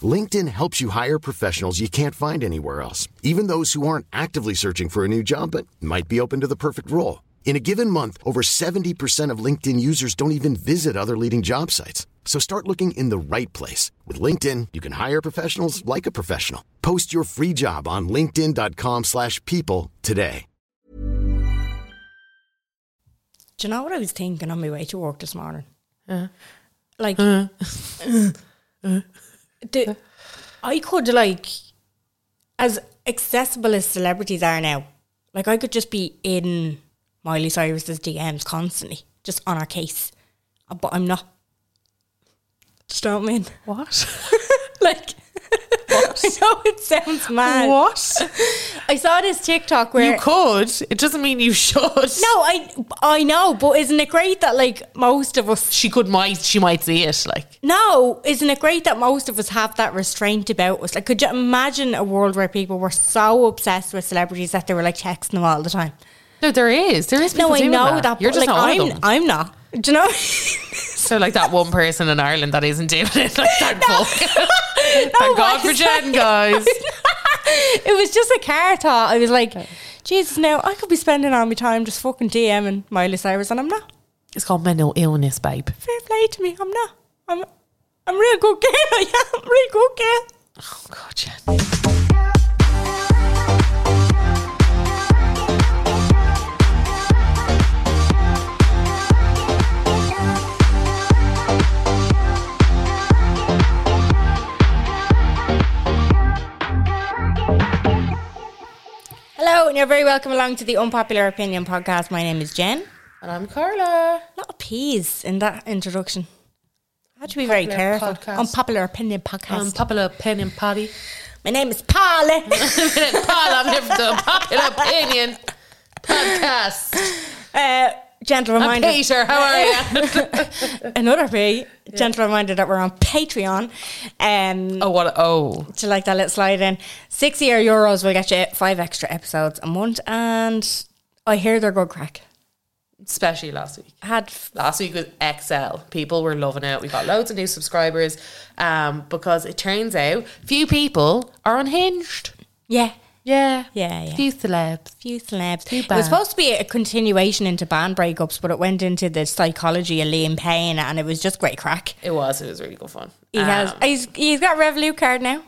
LinkedIn helps you hire professionals you can't find anywhere else, even those who aren't actively searching for a new job but might be open to the perfect role. In a given month, over 70% of LinkedIn users don't even visit other leading job sites. So start looking in the right place. With LinkedIn, you can hire professionals like a professional. Post your free job on linkedin.com/people slash people today. Do you know what I was thinking on my way to work this morning? Uh-huh. Like, the, I could like, as accessible as celebrities are now, like I could just be in Miley Cyrus's DMs constantly, just on her case, Uh, but I'm not. Do you know what I mean? What? Like, I know it sounds Uh, mad. what? I saw this TikTok where You could. It doesn't mean you should. no, I I know, but isn't it great that like most of us She could might she might see it like No, isn't it great that most of us have that restraint about us? Like, could you imagine a world where people were so obsessed with celebrities that they were like texting them all the time? No, there is. There is No, people I doing know that. that. You're but, just like, not one I'm, of them. I'm not. Do you know? so like that one person in Ireland that isn't doing it. Like, thankful. Thank God for Jen, guys. it was just a car thought. I was like, Jesus, now I could be spending all my time just fucking DMing Miley Cyrus, and I'm not. It's called mental illness, babe. Fair play to me. I'm not. I'm. I'm a real good girl. I am a real good girl. Oh God, Jen. Hello, and you're very welcome along to the Unpopular Opinion podcast. My name is Jen. And I'm A Carla. lot of P's in that introduction. I had to be very Unpopular careful. podcast. Unpopular opinion podcast. I'm popular opinion party. My name is Polly. Paul, I'm here for the popular opinion podcast. uh, gentle I'm reminder. Peter. How are you? Another P. Gentle reminder that we're on Patreon. Um, oh, what? Oh, To like that little slide in. 60 or euros will get you five extra episodes a month. And I hear they're good crack. especially last week. Had f- last week was XL. People were loving it. We got loads of new subscribers um, because it turns out few people are unhinged. yeah. Yeah. Yeah, yeah. Few celebs. Few slabs. It bad. was supposed to be a continuation into band breakups, but it went into the psychology of Liam Payne, and it was just great crack. It was. It was really good fun. He has. Um, He's, he's got a Revolut card now.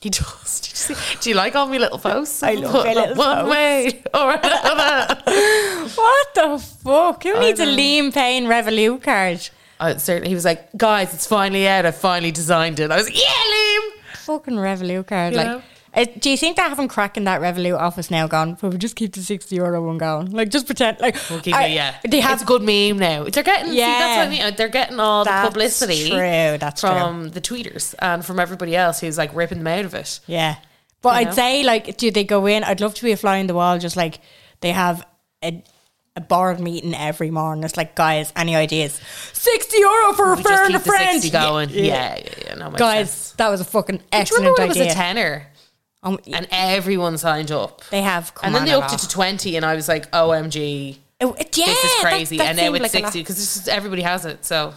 He does. Did you see- Do you like all my little posts? I love my little One posts. way or another. What the fuck? Who needs a Liam Payne Revolut card? Uh, certainly, he was like, "Guys, it's finally out. I finally designed it." I was like, "Yeah, Liam." Fucking Revolut card. You know? Like, it, do you think they haven't cracking that Revolut office now? Gone, but we just keep the sixty euro one going. Like, just pretend. Like, We'll keep I- it, yeah. They it's have a good meme now. They're getting see, that's what Yeah. I mean. uh, They're getting all That's the publicity True. That's true. from the tweeters and from everybody else who's like ripping them out of it. Yeah, but I'd know? say like, do they go in? I'd love to be a fly on the wall. Just like they have a. A board meeting every morning. It's like, guys, any ideas? Sixty euro for We referring just a keep the friend. 60 going. Yeah, yeah, yeah. no, makes guys, sense. that was a fucking do you excellent remember when it was idea. a tenner Um, and everyone signed up? They have come and then on they and upped it off. to twenty, and I was like, "OMG, Oh, it- yeah, this is that- crazy!" that and now seemed it's like a lot. sixty because everybody has it. So,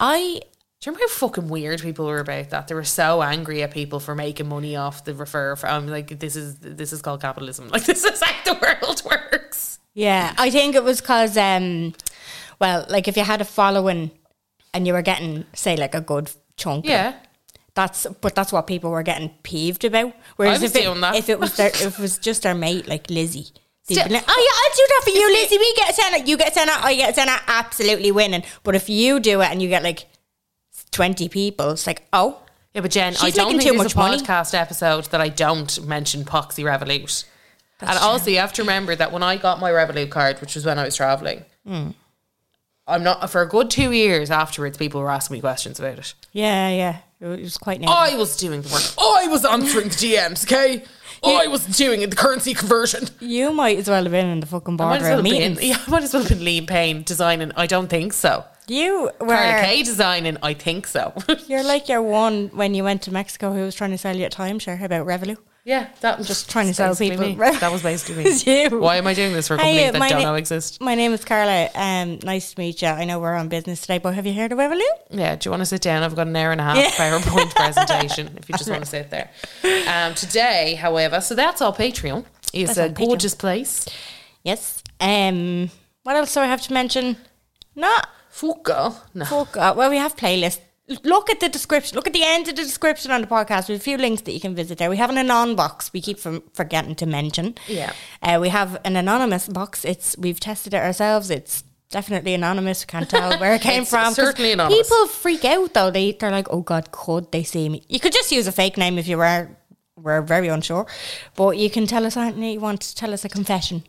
I do you remember how fucking weird people were about that? They were so angry at people for making money off the refer. For, I'm like, this is this is called capitalism. Like, this is how the world works. yeah, I think it was because um, well, like if you had a following and you were getting say like a good chunk, of it, Yeah, that's but that's what people were getting peeved about. Whereas was if it, doing that. if it was their if it was just their mate like Lizzie. they'd Still- be like, oh yeah, I'll do that for you, Lizzie. We get a ten out, you get a ten out, I get a ten out, absolutely winning. But if you do it and you get like twenty people, it's like, oh, yeah. But Jen, I She's don't making think too there's a much money. podcast episode that I don't mention Poxy Revolut. and also, you have to remember that when I got my Revolut card, which was when I was traveling, I'm not for a good two years afterwards. People were asking me questions about it. Oh, yeah, yeah, it was quite. Negative. I was doing the work. I was answering the DMs. Okay, Oh, I was doing the currency conversion. You might as well have been in the fucking I might boardroom as well have been, meetings. yeah, I might as well have been Liam Payne designing. I don't think so. You Carla were. Kay designing. I think so. You're like your one when you went to Mexico who was trying to sell you a timeshare about Revolut. yeah, that was Just trying to sell basically people. me. That was basically me. It's you. Why am I doing this for a company Hey, that my don't na- know exist? My name is Carla. Um, nice to meet you. I know we're on business today, but have you heard of Revolut? Yeah, do you want to sit down? I've got an hour and a half PowerPoint presentation if you just want to sit there. Um, today, however, so that's our Patreon. It's That's a our Patreon. gorgeous place. Yes. Um, what else do I have to mention? Not Fuka. No. fuck. uh, Well, we have playlists. L- Look at the description. Look at the end of the description on the podcast. We have a few links that you can visit there. We have an anon box. We keep from forgetting to mention. Yeah. Uh, we have an anonymous box. It's we've tested it ourselves. It's definitely anonymous. We can't tell where it came It's from. 'Cause certainly anonymous. People freak out though. They they're like, oh god, could they see me? You could just use a fake name if you were were very unsure, but you can tell us anything you want. Tell us a confession.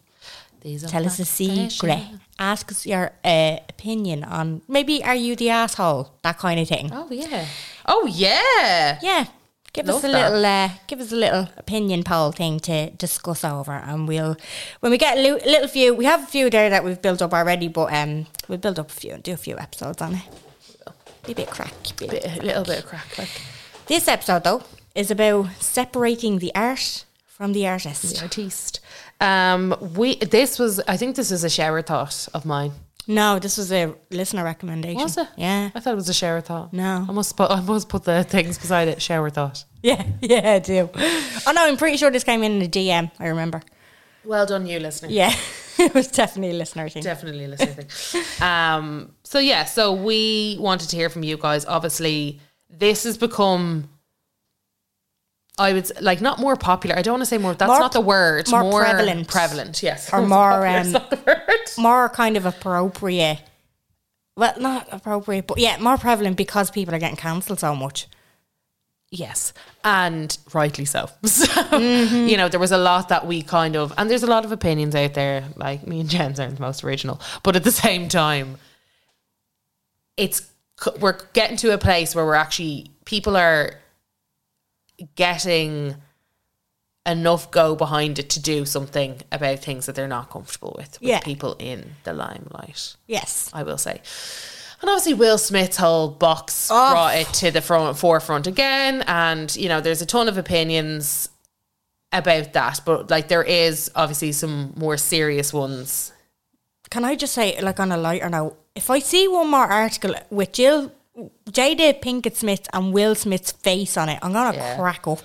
These are Tell us a fashion. secret. Ask us your uh, opinion on maybe are you the asshole? That kind of thing. Oh, yeah. Oh, yeah. Yeah. Give Love us a that. little, uh, give us a little opinion poll thing to discuss over, and we'll when we get a lu- little few, we have a few there that we've built up already, but um, we'll build up a few and do a few episodes on it. Be a bit crack. Be a bit. Bit- a little bit of crack. Like This episode though is about separating the art from the artist. the artiste. Um, we, this was, I think this was a shower thought of mine. No, this was a listener recommendation. Was it? Yeah, I thought it was a shower thought. No. I must put, I must put the things beside it. Shower thought. yeah, yeah. I do. Oh no, I'm pretty sure this came in the DM. I remember. Well done, you listener. Yeah, it was definitely a listener thing. Definitely a listener thing. Um, so yeah, so we wanted to hear from you guys. Obviously, this has become. I would s- like not more popular. I don't want to say more. That's More not the word. more prevalent. Prevalent. Yes. Or more, Popular is um, not the word. more kind of appropriate. Well, not appropriate, but yeah, more prevalent because people are getting cancelled so much. Yes, and rightly so. So you know, there was a lot that we kind of, and there's a lot of opinions out there. Like me and Jen's aren't the most original, but at the same time, it's c- we're getting to a place where we're actually people are getting enough go behind it to do something about things that they're not comfortable with. With Yeah. people in the limelight. Yes. I will say. And obviously, Will Smith's whole box Oh. brought it to the front, forefront again. And, you know, there's a ton of opinions about that. But, like, there is obviously some more serious ones. Can I just say, like, on a lighter note, if I see one more article with Jill, Jada Pinkett Smith and Will Smith's face on it, I'm going to Yeah. crack up.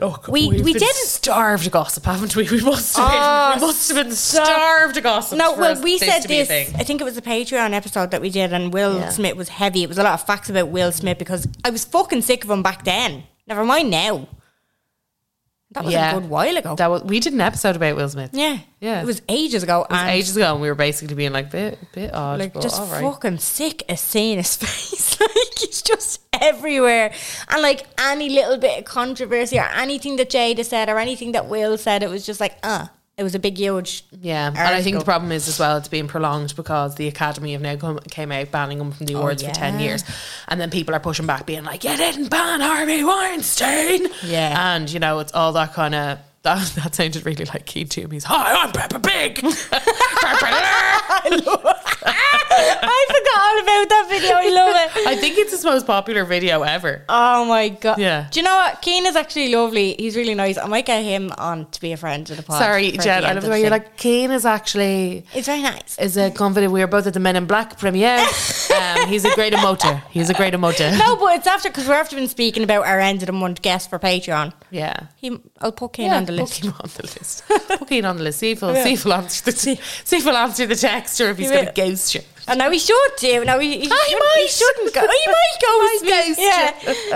Look, We- Oh, we've we been didn't- starved of gossip, haven't we? We must have Oh, been, we must have been starved of gossip. No, for well, us- we this said to be a this. thing. I think it was a Patreon episode that we did, and Will Yeah. Smith was heavy. It was a lot of facts about Will Smith because I was fucking sick of him back then. Never mind now. That was Yeah. a good while ago. That was, we did an episode about Will Smith. yeah, Yeah. It was ages ago. It was and ages ago, and we were basically being like, bit, bit odd. like but just all right. fucking sick of seeing his face. like he's just everywhere, and like any little bit of controversy or anything that Jada said or anything that Will said, it was just like, uh, it was a big huge. Yeah, and I think the problem is as well it's being prolonged because the Academy have now come, came out banning him from the awards for ten Oh, yeah. years, and then people are pushing back, being like, "You didn't ban Harvey Weinstein." Yeah. and you know it's all that kind of that, that sounded really like Key to He's hi, I'm Peppa Pig. I forgot all about that video. I love it. I think it's his most popular video ever. Oh my god! Yeah. Do you know what? Keen is actually lovely. He's really nice. I might get him on to be a friend of the pod. Sorry, for Jen, the I end love of the way you're thing. like Kane is actually It's very nice. is a confident. We are both at the Men in Black premiere. um, he's a great emoter. He's a great emoter. No, but it's after because we're after been speaking about our end of the month guest for Patreon. Yeah. He, I'll put Keen on the list. Put him on the list. Put him on the list. See if he'll, see if he'll answer the see if he'll answer the text or if he's He going to will. ghost you. Oh, no, he should do. No, he, he, Oh, he shouldn't, might. he shouldn't go. Oh, he might Might go. yeah.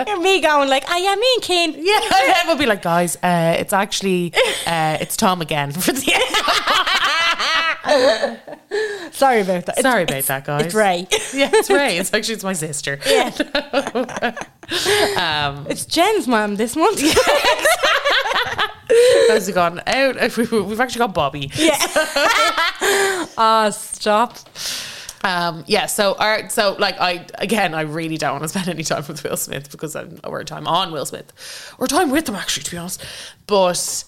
You're me going like, oh, yeah, me and Kane. Yeah, and we'll be like, guys, uh, it's actually uh, it's Tom again for the Sorry about that. Sorry about that, guys. It's Ray. Yeah, it's Ray. It's actually it's my sister. Yeah. Um, it's Jen's mom this month. Those have gone out. We've actually got Bobby. Ah, stop. Um, yeah, so our, so like I again, I really don't want to spend any time with Will Smith because I'm or time on Will Smith or time with him actually, to be honest. But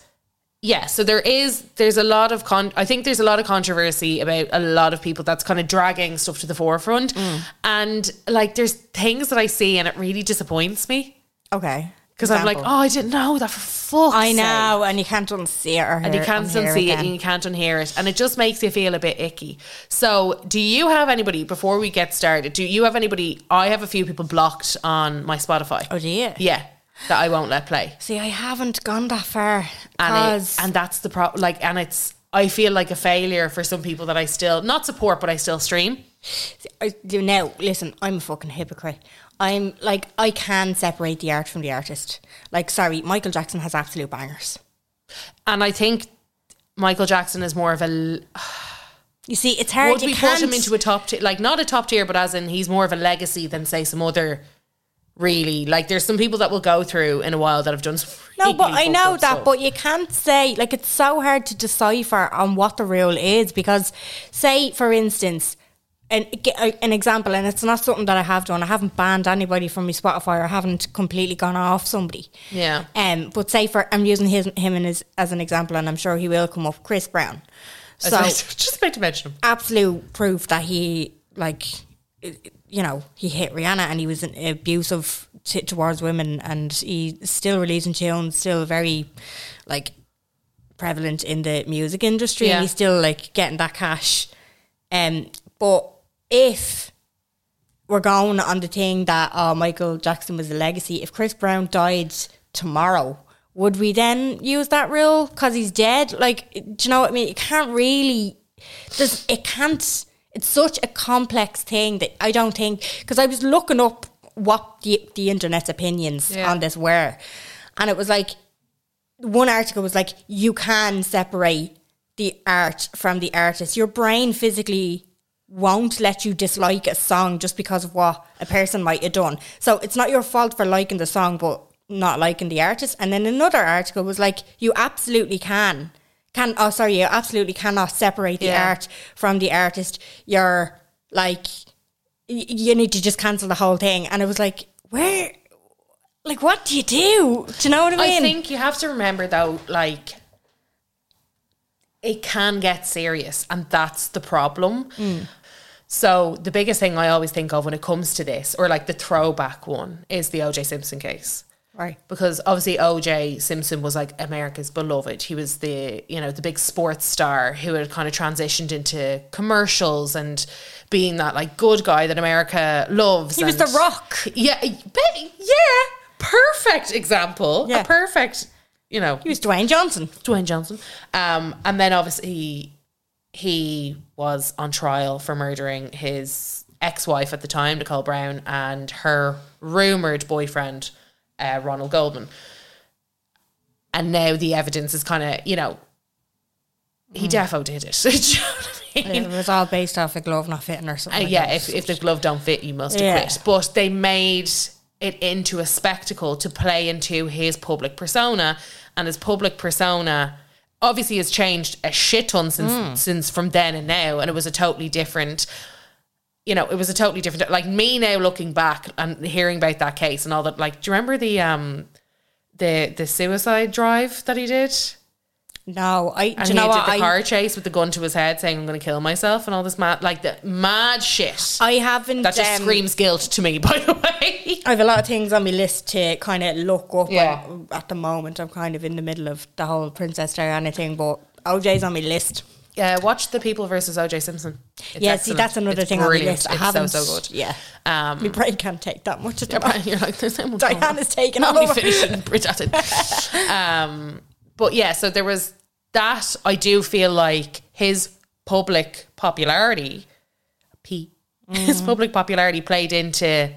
yeah, so there is there's a lot of con I think there's a lot of controversy about a lot of people that's kind of dragging stuff to the forefront. Mm. And like there's things that I see and it really disappoints me. Okay. Because I'm like, Example. oh, I didn't know that for fuck's I sake." know, and you can't unsee it or and you can't unsee it and you Again. can't unhear it and it just makes you feel a bit icky so do you have anybody before we get started do you have anybody i have a few people blocked on my spotify Oh, do you? yeah that i won't let play See, I haven't gone that far. and, it, 'cause- and that's the problem like and it's i feel like a failure for some people that i still not support but i still stream I do now. Listen, I'm a fucking hypocrite. I'm like I can separate the art from the artist. Like, sorry, Michael Jackson has absolute bangers. and i think michael jackson is more of a l- You see, it's hard. would you we can't, put him into a top tier like not a top tier but as in he's more of a legacy than say some other really like there's some people that will go through in a while that have done some No, but really I know fucked up that, stuff. but you can't say like it's so hard to decipher on what the rule is because, say for instance, an g- a- an example, and it's not something that I have done. I haven't banned anybody from my Spotify or haven't completely gone off somebody. Yeah. Um, but say for I'm using his him and his, as an example, and I'm sure he will come up. Chris Brown. I So was just about to mention him absolute proof that he like you know he hit Rihanna and he was an abusive t- towards women and he's still releasing tunes still very like prevalent in the music industry Yeah. and he's still like getting that cash um but if we're going on the thing that uh, Michael Jackson was a legacy if Chris Brown died tomorrow would we then use that rule because he's dead like do you know what I mean it can't really does it can't it's such a complex thing that I don't think because I was looking up what the, the internet's opinions Yeah. on this were and it was like one article was like you can separate the art from the artist your brain physically won't let you dislike a song just because of what a person might have done so it's not your fault for liking the song but not liking the artist and then another article was like you absolutely can can oh sorry you absolutely cannot separate the Yeah. art from the artist you're like y- you need to just cancel the whole thing and it was like where like what do you do do you know what i mean I think you have to remember though, like it can get serious, and that's the problem. Mm. So the biggest thing I always think of when it comes to this, or like the throwback one, is the OJ Simpson case. Right. Because obviously OJ Simpson was like America's beloved. He was the, you know, the big sports star who had kind of transitioned into commercials and being that like good guy that America loves. He was and- the rock. yeah, but yeah, perfect example. Yeah. A perfect, you know, He was Dwayne Johnson. Dwayne Johnson. Um, and then obviously he, he was on trial for murdering his ex-wife at the time, Nicole Brown, and her rumored boyfriend, uh, Ronald Goldman. And now the evidence is kind of, you know, he defo did it. Do you know what I mean? It was all based off a glove not fitting or Uh, something. like yeah, that. if, if the glove don't fit, you must Yeah. have quit. But they made it into a spectacle to play into his public persona, and his public persona obviously has changed a shit ton since Hmm. since from then and now, and it was a totally different. You know, it was a totally different. Like me now, looking back and hearing about that case and all that. Like, do you remember the um the the suicide drive that he did? no, I. And do you he know did what? the I, car chase with the gun to his head, saying, "I'm going to kill myself," and all this mad, like the mad shit. I haven't. That just um, screams guilt to me, by the way. I have a lot of things on my list to kind of look up. Yeah. and at the moment, I'm kind of in the middle of the whole Princess Diana thing, but OJ's on my list. Yeah, watch The People versus OJ Simpson. It's yeah, see, excellent. that's another It's thing on my brilliant. list. I It's haven't. so so good. Yeah. Um, my brain can't take that much at the Brian, moment. you're like, there's no Diana's taken all I'll over. be finishing Bridgerton. um, but yeah, so there was that. I do feel like his public popularity, P, Mm. his public popularity played into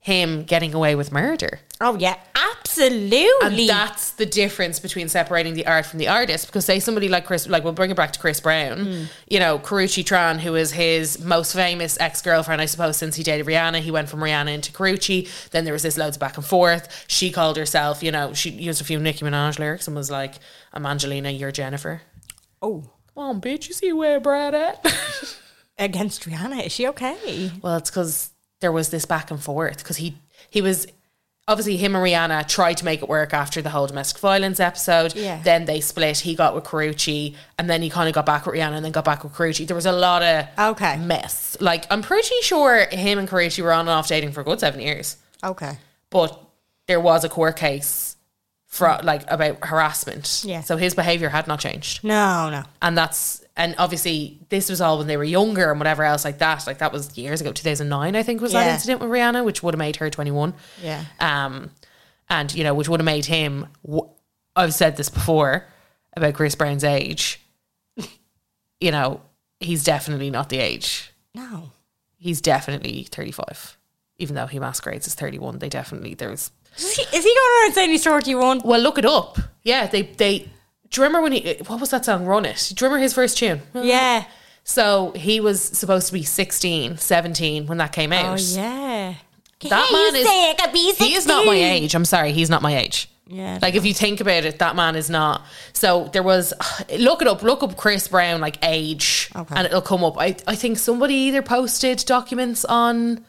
him getting away with murder. Oh, yeah. Absolutely. And that's the difference between separating the art from the artist. Because say somebody like Chris, like we'll bring it back to Chris Brown, Mm. you know, Karuchi Tran, who is his most famous ex girlfriend, I suppose, since he dated Rihanna. He went from Rihanna into Karuchi. Then there was this loads back and forth. She called herself, you know, she used a few Nicki Minaj lyrics and was like, "I'm Angelina, you're Jennifer." oh, Come on, bitch, you see where Brad at? against Rihanna. Is she okay? Well, it's because there was this back and forth because he he was obviously him and Rihanna tried to make it work after the whole domestic violence episode. Yeah. Then they split. He got with Carucci, and then he kind of got back with Rihanna, and then got back with Carucci. There was a lot of Okay. mess. Like I'm pretty sure him and Carucci were on and off dating for a good seven years, Okay. but there was a court case. For, like about harassment, Yeah. So his behavior had not changed No, no. and that's and obviously this was all when they were younger and whatever else like that like that was years ago 2009 i think was that Yeah. incident with rihanna which would have made her 21 Yeah. um and you know which would have made him wh- i've said this before about chris brown's age you know he's definitely not the age No. he's definitely 35 even though he masquerades as 31 they definitely there's Is he, is he going around saying he's 31? well look it up yeah they they do you remember when he what was that song run it do you remember his first tune Yeah. so he was supposed to be 16, 17 when that came Oh, out. yeah. That you man is say I could be he is not my 16? age. I'm sorry, he's not my age. Yeah. Like if you think about it, that man is not. So there was look it up, look up Chris Brown like age Okay. and it'll come up. I, I think somebody either posted documents on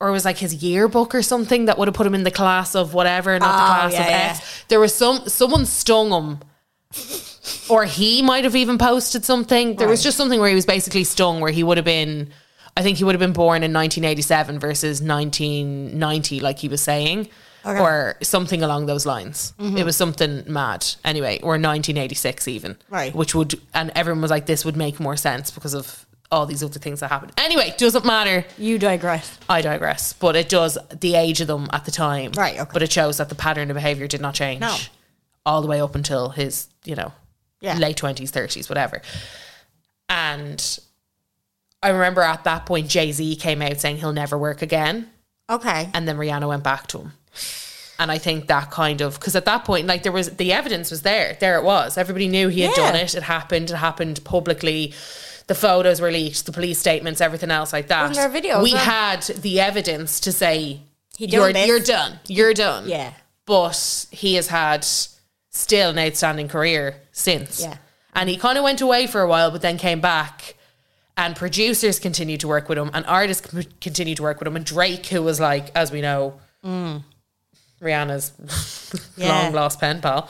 or it was like his yearbook or something that would have put him in the class of whatever, not the Oh, class of yeah, yeah. X. There was some someone stung him. or he might have even posted something. There was just something where he was basically stung where he would have been I think he would have been born in 1987 versus 1990 like he was saying Okay. Mm-hmm. or something along those lines. It was something mad. Anyway, or 1986 even. Right. Which would and everyone was like this would make more sense because of all these other things that happened. Anyway, doesn't matter. You digress. I digress, but it does the age of them at the time. Right, okay. But it shows that the pattern of behavior did not change. No. All the way up until his, you know, Yeah. late 20s, 30s, whatever. And I remember at that point, Jay Z came out saying he'll never work again. Okay. And then Rihanna went back to him. And I think that kind of, because at that point, like there was, the evidence was there. There it was. Everybody knew he had Yeah. done it. It happened. It happened publicly. The photos were leaked, the police statements, everything else like that. Wasn't there a video as we well? had the evidence to say, He done you're, this. you're done. You're done. Yeah. But he has had still an outstanding career since. Yeah. And he kind of went away for a while, but then came back. And producers continued to work with him, and artists con- continued to work with him. And Drake, who was like, as we know, Rihanna's Mm. Yeah. long lost pen pal,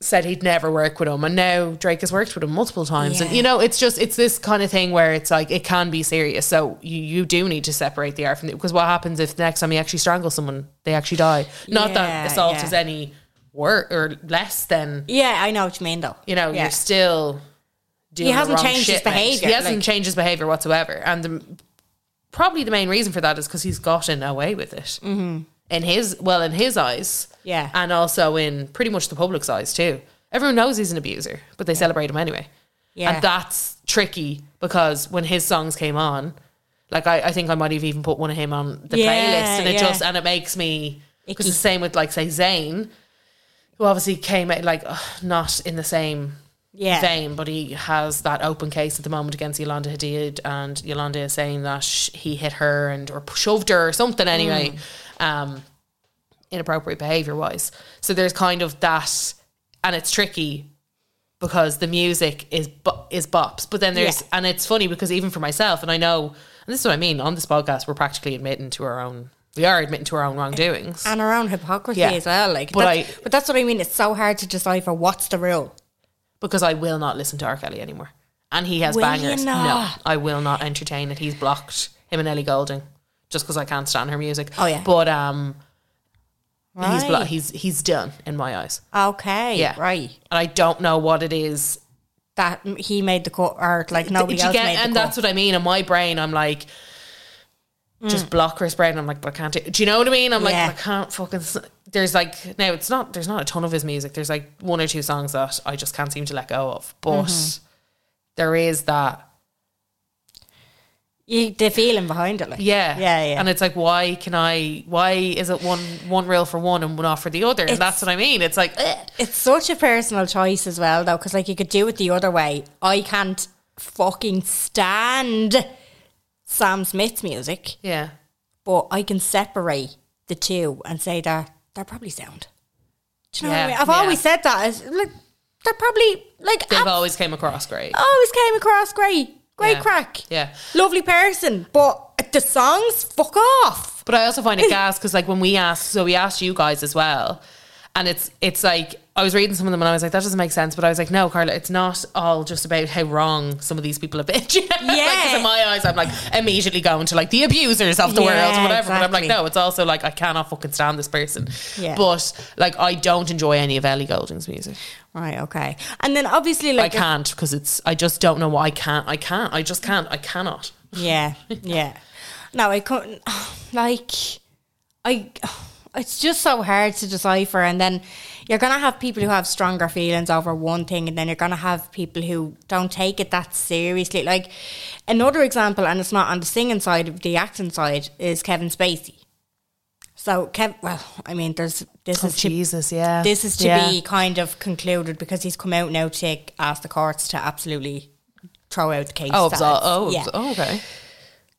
said he'd never work with him. And now Drake has worked with him multiple times. And, Yeah. you know, it's just, it's this kind of thing where it's like, it can be serious. So you, you do need to separate the art from the, because what happens if the next time he actually strangles someone, they actually die? Not Yeah, that assault yeah. is any worse or less than Yeah, I know what you mean, though. you know, yeah. you're still doing He hasn't the wrong changed shit, his mate. behaviour, He hasn't like- changed his behavior whatsoever. And the, probably the main reason for that is because he's gotten away with it. Mm-hmm. In his, well, in his eyes. Yeah. And also in pretty much the public's eyes, too. Everyone knows he's an abuser, but they celebrate him anyway. Yeah. And that's tricky because when his songs came on, like I, I think I might have even put one of him on the Yeah, playlist and it yeah. just and it makes me because Icky. the same with like say Zayn, who obviously came out like ugh, not in the same yeah. vein, but he has that open case at the moment against Yolanda Hadid, and Yolanda is saying that sh- he hit her and or shoved her or something anyway, Mm. um, inappropriate behavior wise. So there's kind of that, and it's tricky because the music is bo- is bops, but then there's Yeah. and it's funny because even for myself, and I know, and this is what I mean on this podcast, we're practically admitting to our own. We are admitting to our own wrongdoings. And our own hypocrisy Yeah. as well. Like, But but, I- but that's what I mean. It's so hard to decipher what's the rule. because I will not listen to R. Kelly anymore. And he has Will you bangers. No, not? I will not entertain it. He's blocked him and Ellie Golding just because I can't stand her music. Oh, yeah. but um, he's blo- Right. he's he's done in my eyes, Okay, Yeah. right. and I don't know what it is. That he made the cut, or like Do nobody you else get- made the and cut. that's what I mean. In my brain, I'm like. Just block Chris Brown. I'm like, but I can't. Do, do you know what I mean? I'm Mm. Yeah. like, I can't fucking. s- There's like, now it's not. There's not a ton of his music. There's like one or two songs that I just can't seem to let go of. But Mm-hmm. there is that you, the feeling behind it, like Yeah, yeah, yeah. And it's like, why can I? Why is it one one reel for one and one off for the other? And that's what I mean. It's Uh, like, eh. It's such a personal choice as well, though, because like you could do it the other way. I can't fucking stand Sam Smith's music, yeah, but I can separate the two and say that they're probably sound. Do you know what Yeah, I mean? I've yeah. always said that. It's, like, they're probably like they've I've always came across great. always came across great, great Yeah. crack, Yeah. lovely person, but the songs fuck off. gas. But I also find it gas because like when we asked, so we asked you guys as well, and it's it's like I was reading some of them and I was like, that doesn't make sense. But I was like, no, Carla, it's not all just about how wrong some of these people have been. yeah, because in my eyes, I'm like immediately going to like the abusers of the Yeah, world, whatever. But I'm like, exactly. no, it's also like I cannot fucking stand this person. Yeah. But like I don't enjoy any of Ellie Golding's music. Right, okay. And then obviously, I like, can't because it's I just don't know why I can't. I can't. I just can't. I cannot. yeah, yeah. No, I couldn't. Like, I. It's just so hard to decipher, and then you're gonna have people who have stronger feelings over one thing, and then you're gonna have people who don't take it that seriously. Like another example, and it's not on the singing side, but the acting side is Kevin Spacey. So, Kev, well, I mean, there's this is to Oh, Jesus, yeah. this is to be kind of concluded because he's come out now to ask the courts to absolutely throw out the case. Oh, that absol- it's- oh, yeah. oh, okay.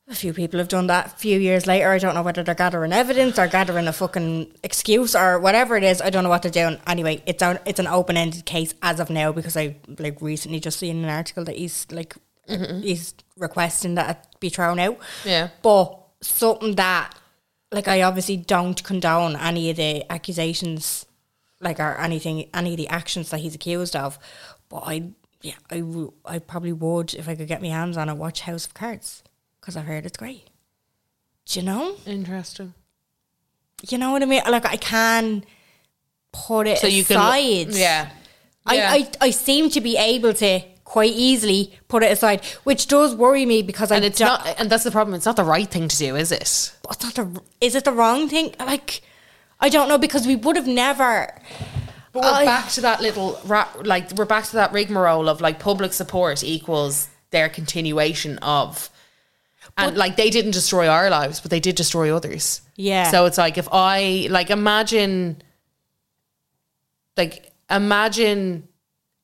A few people have done that. A few years later, I don't know whether they're gathering evidence or gathering a fucking excuse or whatever it is. I don't know what they're doing. Anyway, it's on, it's an open ended case as of now because I like recently just seen an article that he's like he's requesting that it be thrown out. Yeah. but something that like I obviously don't condone any of the accusations, like or anything, any of the actions that he's accused of. But I, yeah, I, w- I probably would if I could get my hands on it. Watch House of Cards because I've heard it's great. Do you know? Interesting. You know what I mean? Like I can put it So you can aside. yeah. I, Yeah. I, I seem to be able to quite easily put it aside, which does worry me because and I it's don't- not and that's the problem it's not the right thing to do is it what's not the is it the wrong thing? Like I don't know because we would have never. but we're I- back to that little ra- like we're back to that rigmarole of like public support equals their continuation of and like they didn't destroy our lives but they did destroy others Yeah. so it's like if i like imagine like imagine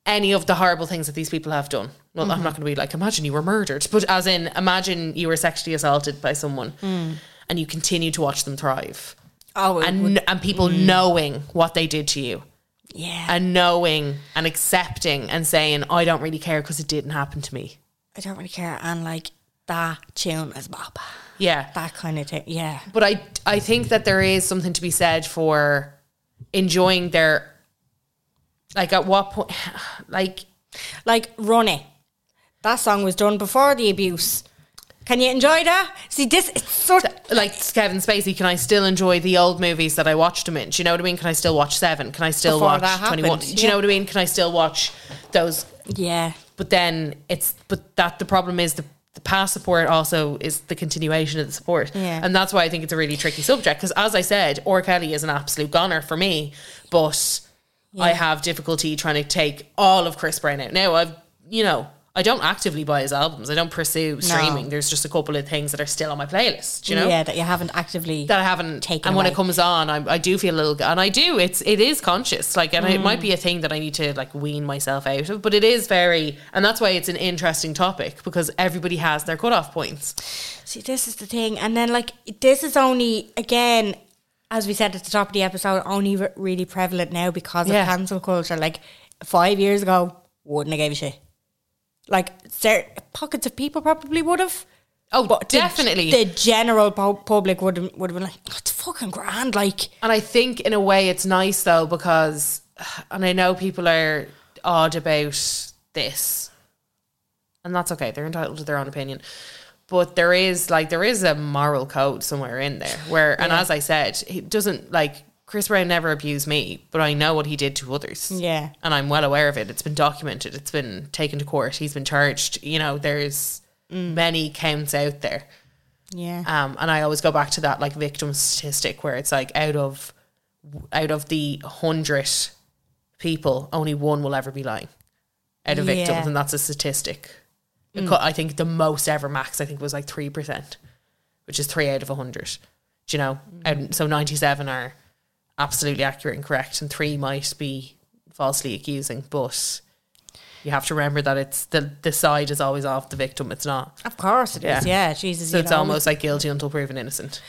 any of the horrible things that these people have done. Well, Mm-hmm. I'm not going to be like, imagine you were murdered, but as in, imagine you were sexually assaulted by someone Mm. and you continue to watch them thrive. Oh, and and people knowing what they did to you Yeah, and knowing and accepting and saying I don't really care because it didn't happen to me. I don't really care. And like that tune is Bob. Yeah. That kind of thing. Yeah. But I I think that there is something to be said for enjoying their like at what point like Like Run It. That song was done before the abuse. Can you enjoy that? See, this it's sort of. like Kevin Spacey, can I still enjoy the old movies that I watched him in? Do you know what I mean? Can I still watch Seven? Can I still Before that watch happened, Twenty One? Do you yeah. know what I mean? Can I still watch those? Yeah. But then it's but that the problem is the the past support also is the continuation of the support, Yeah. and that's why I think it's a really tricky subject. Because as I said, Or Kelly is an absolute goner for me, but I have difficulty trying to take all of Chris Brown out. Now I've you know. I don't actively buy his albums. I don't pursue streaming. There's just a couple of things that are still on my playlist. Do you know? Yeah, that you haven't actively. that I haven't Taken And when away. it comes on, I, I do feel a little, g- and I do. It's it is conscious, like, and it might be a thing that I need to like wean myself out of. But it is very, and that's why it's an interesting topic because everybody has their cutoff points. See, this is the thing. And then, like, this is only, again, as we said at the top of the episode, only re- really prevalent now because Yeah. of cancel culture. Like, five years ago, wouldn't have gave a shit. Like, cer pockets of people probably would have. Oh, the- definitely. The, general pu- public would have would have been like, "Oh, it's fucking grand. Like, and I think in a way it's nice though because, and I know people are odd about this, and that's okay. They're entitled to their own opinion. But there is like there is a moral code somewhere in there where, and as I said, he doesn't like Chris Brown never abused me, but I know what he did to others. Yeah. and I'm well aware of it. It's been documented. It's been taken to court. He's been charged. You know, there's many counts out there. yeah. Um, and I always go back to that like victim statistic where it's like out of out of the hundred people, only one will ever be lying out of Yeah. Mm. victims, and that's a statistic. It co- I think the most ever max I think was like three percent, which is three out of a hundred. Do you know? Mm. And so ninety seven are absolutely accurate and correct, and three might be falsely accusing, but. You have to remember that it's the the side is always off the victim. It's not, of course it is. Yeah, Jesus. so you'd it's always almost like guilty until proven innocent.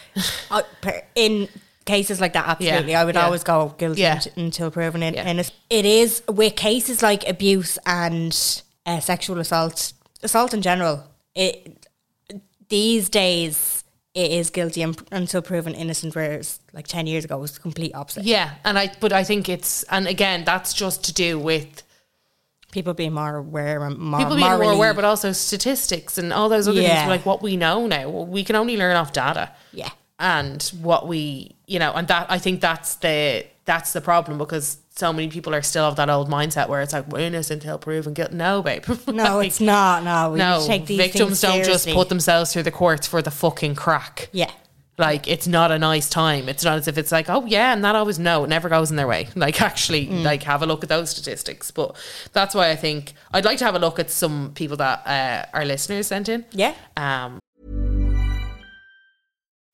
I- Uh, per- in cases like that, absolutely, I would yeah. always go guilty Yeah. unt- until proven in- Yeah. innocent. It is with cases like abuse and uh, sexual assault, assault in general. It these days it is guilty un- until proven innocent, whereas like 10 years ago was the complete opposite. Yeah, and I but I think it's and again that's just to do with People being more aware and more people being more morally- aware, but also statistics and all those other Uh, Yeah. things. Like what we know now, we can only learn off data. Yeah. and what we you know and that i think that's the that's the problem because so many people are still of that old mindset where it's like we're innocent until proven guilty no babe No, Like, it's not. No, we no no, take these things victims don't just seriously. put themselves through the courts for the fucking crack Yeah. like it's not a nice time it's not as if it's like oh yeah and that always no it never goes in their way like actually Mm. like have a look at those statistics but that's why i think i'd like to have a look at some people that uh, our listeners sent in Yeah. um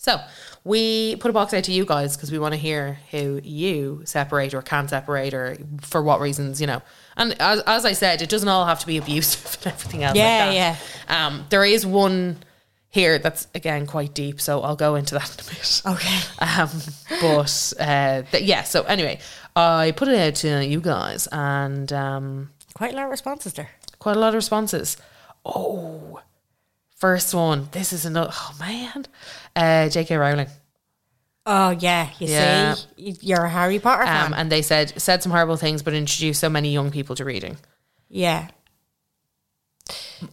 So we put a box out to you guys because we want to hear who you separate or can separate or for what reasons, you know. And as, as I said, it doesn't all have to be abusive and everything else. Yeah, like that. yeah. Um, there is one here that's again quite deep, so I'll go into that in a bit. Okay. Um, but uh, th- yeah. So anyway, I put it out to you guys, and um, Quite a lot of responses there. quite a lot of responses. Oh, first one. This is another. Oh man, uh, J.K. Rowling. Oh, yeah. You Yeah. see, You- you're a Harry Potter um, fan. and they said said some horrible things, but introduced so many young people to reading. yeah.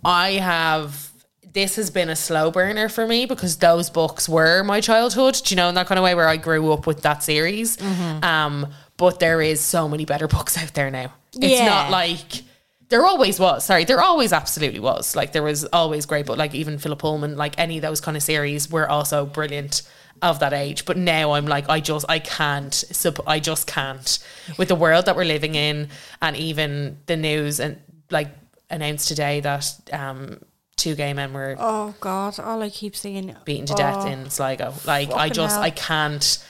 I have this has been a slow burner for me because those books were my childhood. Do you know in that kind of way where I grew up with that series? Um, but there is so many better books out there now. It's Yeah. not like there always was. Sorry, there always absolutely was. Like there was always great, but like even Philip Pullman, like any of those kind of series were also brilliant of that age. But now I'm like, I just I can't. Sup- I just can't with the world that we're living in, and even the news and like announced today that um two gay men were Oh, God. All I keep seeing. beaten to death in Sligo. Like I Oh. fucking just hell. I can't.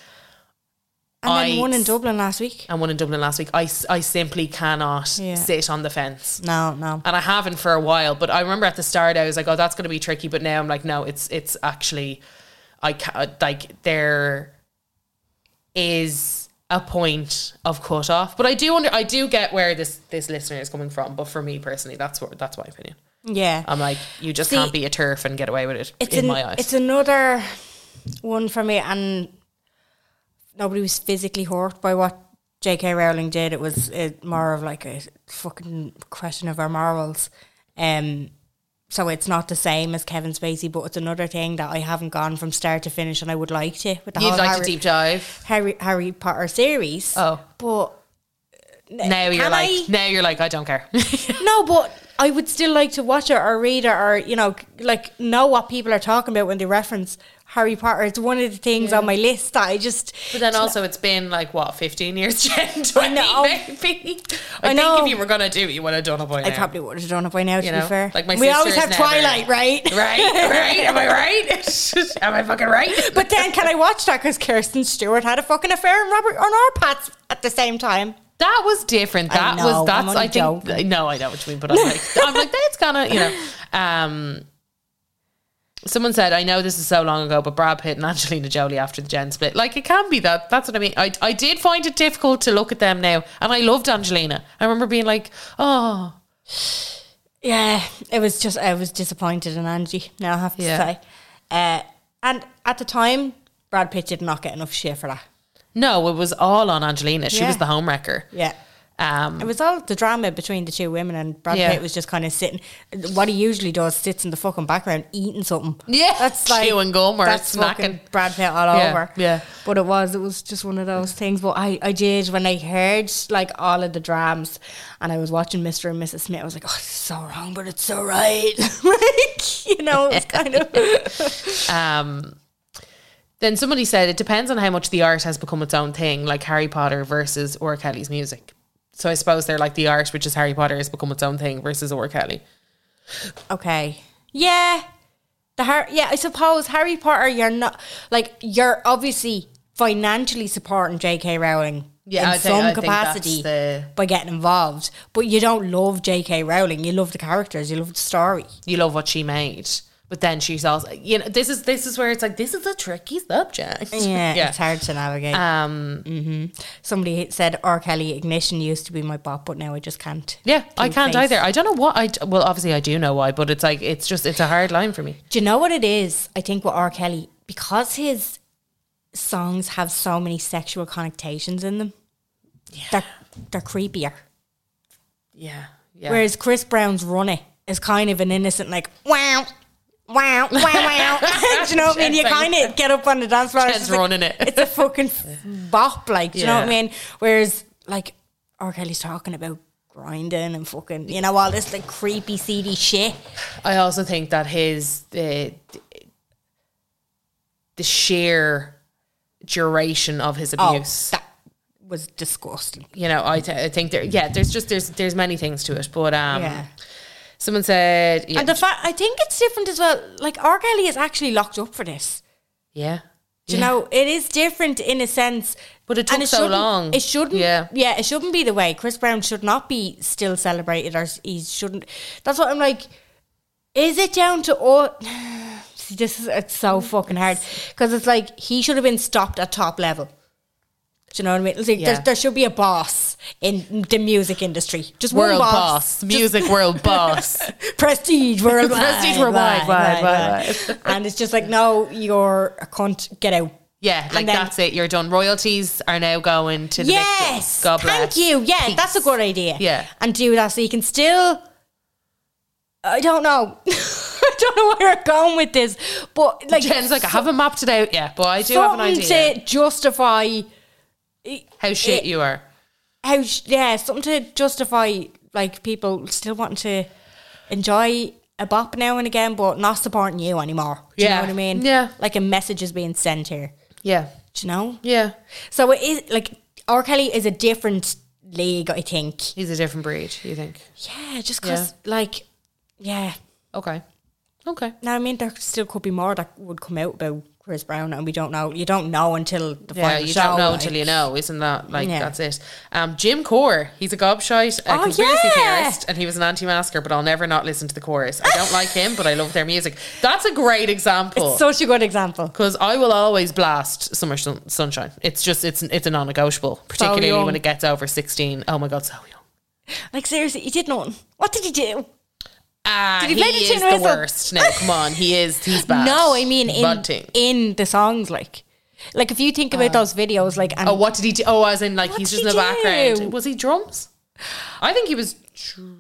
And I- then one in Dublin last week. And one in Dublin last week. I, s- I simply cannot Yeah. sit on the fence. No, no. and I haven't for a while. But I remember at the start I was like, "Oh, that's going to be tricky," but now I'm like, "No, it's it's actually, I ca uh, like there is a point of cut off." But I do under I do get where this this listener is coming from. But for me personally, that's what that's my opinion. Yeah. I'm like, you just See, can't be a turf and get away with it it's um, in an- my eyes. It's another one for me, and nobody was physically hurt by what J.K. Rowling did. It was uh more of like a fucking question of our morals. Um, so it's not the same as Kevin Spacey, but it's another thing that I haven't gone from start to finish, and I would like to. With the You'd whole like Harry, to deep dive. Harry Harry Potter series. Oh. but Now you're can like, I- now you're like, I don't care. No, but I would still like to watch it or read it or, you know, like know what people are talking about when they reference Harry Potter. It's one of the things on my list that I just. But then also, it's been like what fifteen years, Jen, twenty know. maybe. I I, think know. if you were gonna do it, you would have done it by I now. probably would have done it by now, to You be know, fair. like my we always have sister's never- Twilight, right? Right, right. Am I right? Am I fucking right? But then can I watch that because Kirsten Stewart had a fucking affair and Robert on our paths at the same time? that was different. I That know, was I'm that's. only I think. No, I know what you mean, but I'm like, I'm like that's gonna, you know. Um, someone said, I know this is so long ago, but Brad Pitt and Angelina Jolie after the Gen split, like it can be that. That's what I mean. I I did find it difficult to look at them now, and I loved Angelina. I remember being like, oh. Yeah, it was just I was disappointed in Angie. Now I have to Yeah. say, uh, and at the time, Brad Pitt did not get enough shit for that. No, it was all on Angelina. She Yeah. was the homewrecker. Yeah, Um, It was all the drama between the two women, and Brad Yeah. Pitt was just kind of sitting. What he usually does, sits in the fucking background eating something. Yeah, chewing gum or fucking snacking. Brad Pitt all Yeah, over. yeah. but it was it was just one of those things. But I I did when I heard like all of the dramas, and I was watching Mr. and Mrs. Smith. I was like, oh, it's so wrong, but it's so right. like you know, it's kind of Um, then somebody said it depends on how much the art has become its own thing, like Harry Potter versus R. Kelly's music. So I suppose they're like the art, which is Harry Potter, has become its own thing versus R. Kelly. okay. Yeah, the Har- yeah. I suppose Harry Potter. You're not like you're obviously financially supporting J.K. Rowling. in I think- some I think capacity that's by getting involved, but you don't love J.K. Rowling. You love the characters. You love the story. the, you love what she made, but then she's also you know this is this is where it's like this is a tricky subject. Yeah, it's hard to navigate. Um, Somebody said R. Kelly Ignition used to be my bop, but now I just can't. yeah, I can't face. either. I don't know what I. Well, obviously I do know why, but it's like it's just it's a hard line for me. Do you know what it is? I think with R. Kelly, because his songs have so many sexual connotations in them, they're, they're creepier. Yeah, yeah. Whereas Chris Brown's Run It is kind of an innocent, like, wow. Wow, wow, wow. do you know what I mean? You Jen's like- kind of get up on the dance floor. and it's Jen's just like, running it. It's a fucking bop, like, do you know what I Yeah. mean? Whereas, like, R. Kelly's talking about grinding and fucking, you know, all this, like, creepy, seedy shit. I also think that his the the sheer duration of his Oh, abuse. that was disgusting. you know, I, th- I think there. Yeah, there's just there's there's many things to it, but um, Yeah. someone said yeah, And the fact, I think it's different as well. Like, R. Kelly is actually locked up for this. yeah, Do you know, it is different in a sense. But it and took so shouldn't- long. It shouldn't. Yeah. Yeah. yeah, it shouldn't be the way. Chris Brown should not be still celebrated, or s- he shouldn't. That's what I'm like. Is it down to all? See, this is it's so fucking hard because it's like he should have been stopped at top level. Do you know what I mean? It's like Yeah. there, there should be a boss in the music industry. Just world one boss, boss. music world boss. Prestige worldwide. Prestige worldwide, wide, wide. And it's just like, no, you're a cunt. Get out. Yeah, And like then- that's it. You're done. Royalties are now going to the Yes. victims. God bless. Thank you. Yeah, Peace. that's a good idea. Yeah. And do that so you can still. I don't know. I don't know where I'm going with this, but like Jen's like I haven't mapped it out yet, but I do have an something idea to justify how shit you are. how sh- yeah something to justify like people still wanting to enjoy a bop now and again, but not supporting you anymore. Do you Yeah. know what I mean? Yeah. like a message is being sent here. Yeah, Do you know? yeah. So it is like R. Kelly is a different league, I think. He's a different breed. You think? Yeah, just because, like, yeah. Okay, okay. Now, I mean, there still could be more that would come out about Chris Brown, and we don't know. You don't know until the Yeah, final you show. don't know like. until you know, isn't that like Yeah. that's it? Um, Jim Core, he's a gobshite, a Oh, conspiracy yeah. theorist, and he was an anti-masker. But I'll never not listen to the chorus. I don't like him, but I love their music. That's a great example It's such a good example. because I will always blast Summer Sun- Sunshine. It's just it's it's a non-negotiable, particularly young. when it gets over sixteen. Oh my god, so young. Like, seriously, he did nothing. What did he do? Ah, Did he he, play the tin is the whistle? worst. No, come on, he is he's bad. No, I mean, in, Bad thing. in the songs, like, like if you think about those videos, like, and Uh, Oh, what did he do? Oh, as in like What he's did just in the he do? background. Was he drums? I think he was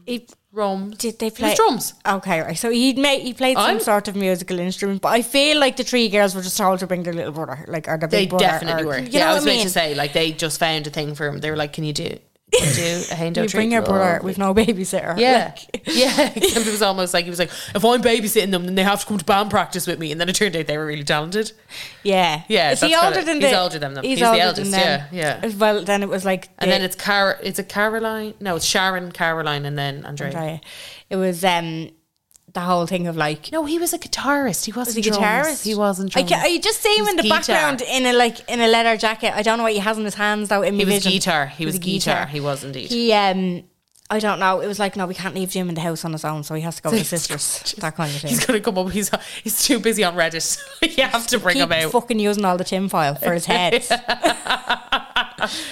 he- drums. did they He was play drums? Okay, right. So he made he played some I'm- sort of musical instrument, but I feel like the three girls were just told to bring their little brother, like, or their They big brother. definitely or, were. You yeah, know I what was I going mean? to say like they just found a thing for him. They were like, "Can you do? Can you do a hand You bring your brother with no babysitter. Yeah, Like, yeah. It was almost like he was like, if I'm babysitting them, then they have to come to band practice with me. And then it turned out they were really talented. Yeah. Yeah, Is he that's older kinda- than he's the- older than them. He's the eldest, them. yeah, yeah. Well, then it was like. And the- then it's Car, it's a Caroline. No, it's Sharon, Caroline, and then Andrea. Sorry. It was um the whole thing of like. No, he was a guitarist. He Was wasn't he drums. guitarist? He wasn't. I, Drums. ca- I just see him He in the was guitar. background in a like in a leather jacket. I don't know what he has in his hands though. In my He was vision. guitar. He was a guitar. He was indeed. He um. I don't know. It was like no, we can't leave Jim in the house on his own, so he has to go with his sisters. that kind of thing. He's gonna come up. He's he's too busy on Reddit. you have to bring Keep him out. fucking using all the tin foil for his head.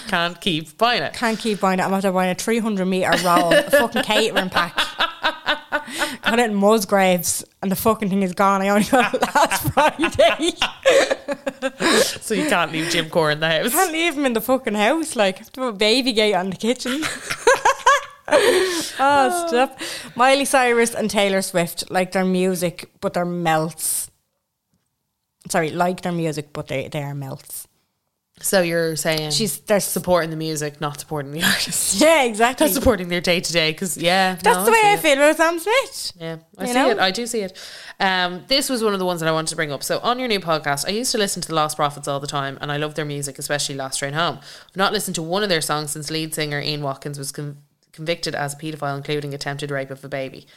Can't keep buying it. Can't keep buying it. I'm after buying a 300 meter roll, a fucking catering pack. Got it in Musgraves, and the fucking thing is gone. I only got it last Friday. So you can't leave Jim Core in the house. Can't leave him in the fucking house. Like, I have to put a baby gate on the kitchen. oh, stop. Miley Cyrus and Taylor Swift like their music, but their melts. Sorry, like their music, but they, they are melts. So you're saying She's their support. supporting the music, not supporting the artist. Yeah, exactly. Not supporting their day to day because yeah, That's no, the way see I it. feel about Sam Smith. Yeah, I You see know? it. I do see it. Um, this was one of the ones that I wanted to bring up. So on your new podcast, I used to listen to the Lost Prophets all the time, and I love their music, especially Last Train Home. I've not listened to one of their songs since lead singer Ian Watkins was con- convicted as a paedophile, including attempted rape of a baby.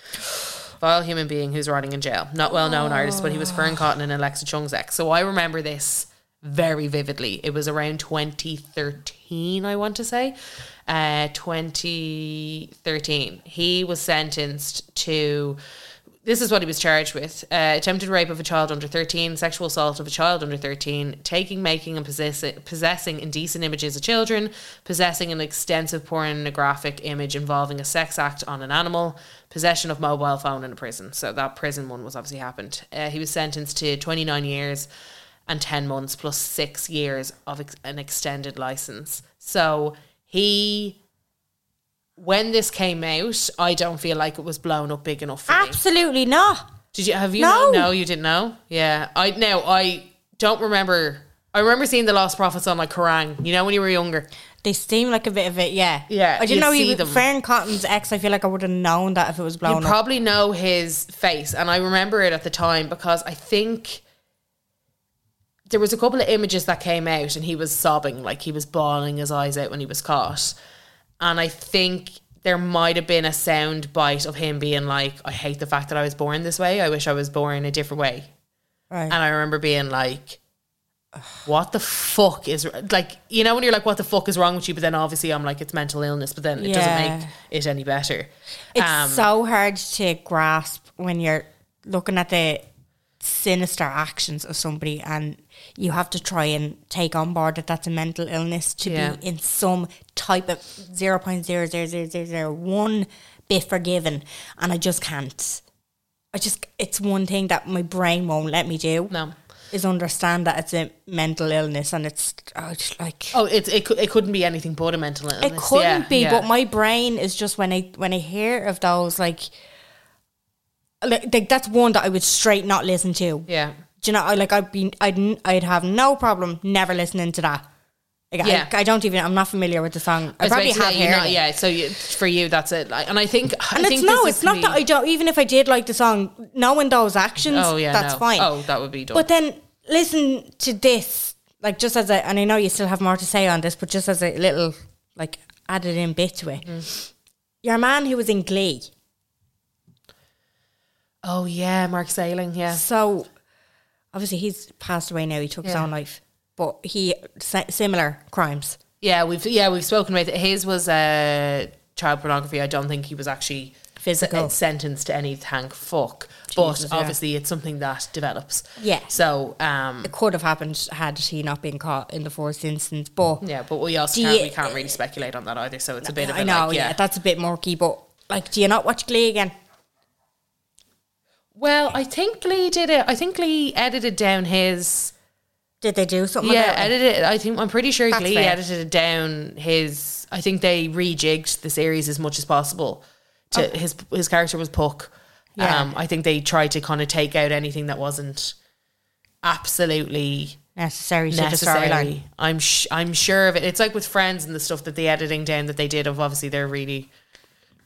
Vile human being who's rotting in jail. Not well known artist, but he was Fern Cotton and Alexa Chung's ex. So I remember this very vividly. It was around 2013, I want to say. Uh, 2013. He was sentenced to. This is what he was charged with uh, attempted rape of a child under 13, sexual assault of a child under 13, taking, making, and possess- possessing indecent images of children, possessing an extensive pornographic image involving a sex act on an animal, possession of mobile phone in a prison. So that prison one was obviously happened. Uh, he was sentenced to 29 years and 10 months plus six years of ex- an extended license. So he. When this came out, I don't feel like it was blown up big enough for me. Absolutely not. Did you have you No. known? No, you didn't know. Yeah, I now I don't remember. I remember seeing the Lost Prophets on like Kerrang. You know when you were younger. They seem like a bit of it, yeah. Yeah, I didn't you know see he them. was Fern Cotton's ex. I feel like I would have known that if it was You blown up. probably know his face, and I remember it at the time because I think there was a couple of images that came out, and he was sobbing, like he was bawling his eyes out when he was caught. And I think there might have been a sound bite of him being like, "I hate the fact that I was born this way. I wish I was born a different way." Right. And I remember being like, what the fuck is like, you know, when you're like, what the fuck is wrong with you? But then obviously I'm like, it's mental illness, but then it Yeah. doesn't make it any better. It's Um, so hard to grasp when you're looking at the sinister actions of somebody and you have to try and take on board that that's a mental illness to Yeah. be in some type of 0.00001 bit forgiven and I just can't. I just it's one thing that my brain won't let me do. No. Is understand that it's a mental illness and it's oh, just like Oh, it's, it, cou- it couldn't be anything but a mental illness. it couldn't Yeah, be, yeah. but my brain is just when I when I hear of those like, like, like, that's one that I would straight not listen to. Yeah. Do you know? I like I'd be I'd n- I'd have no problem never listening to that. Like, Yeah. I, I don't even I'm not familiar with the song. I, was about probably to say, have you're heard not- it. Yeah, so you, for you, that's it. Like, and I think, I And think it's this no, is it's not me- that I don't. Even if I did like the song, knowing those actions, Oh, yeah, that's no. fine. Oh, that would be dumb. But then listen to this, like just as a, and I know you still have more to say on this, but just as a little like added in bit to it. Mm. Your man who was in Glee, Oh, yeah, Mark Sailing, yeah. so obviously he's passed away now. He took his Yeah. own life, but he si- similar crimes. Yeah, we've, yeah, we've spoken about it. His was uh, child pornography. I don't think he was actually Physical. it's sentenced to any thank fuck. Jesus, but yeah. obviously, it's something that develops. Yeah. So, um, It could have happened had he not been caught in the first instance, but yeah, but we also Do can't, you- we can't really speculate on that either. So it's a bit of a I know, like, yeah. yeah. that's a bit murky. But like, do you not watch Glee again? well, I think Lee did it. I think Lee edited down his. Did they do something? yeah, about it? edited. I think I'm pretty sure That's Lee fair. edited down his. I think they rejigged the series as much as possible. To his his character was Puck. Oh. Yeah. Um, I think they tried to kind of take out anything that wasn't absolutely necessary to the storyline. necessary. I'm sh- I'm sure of it. It's like with Friends and the stuff that the editing down that they did of obviously they're really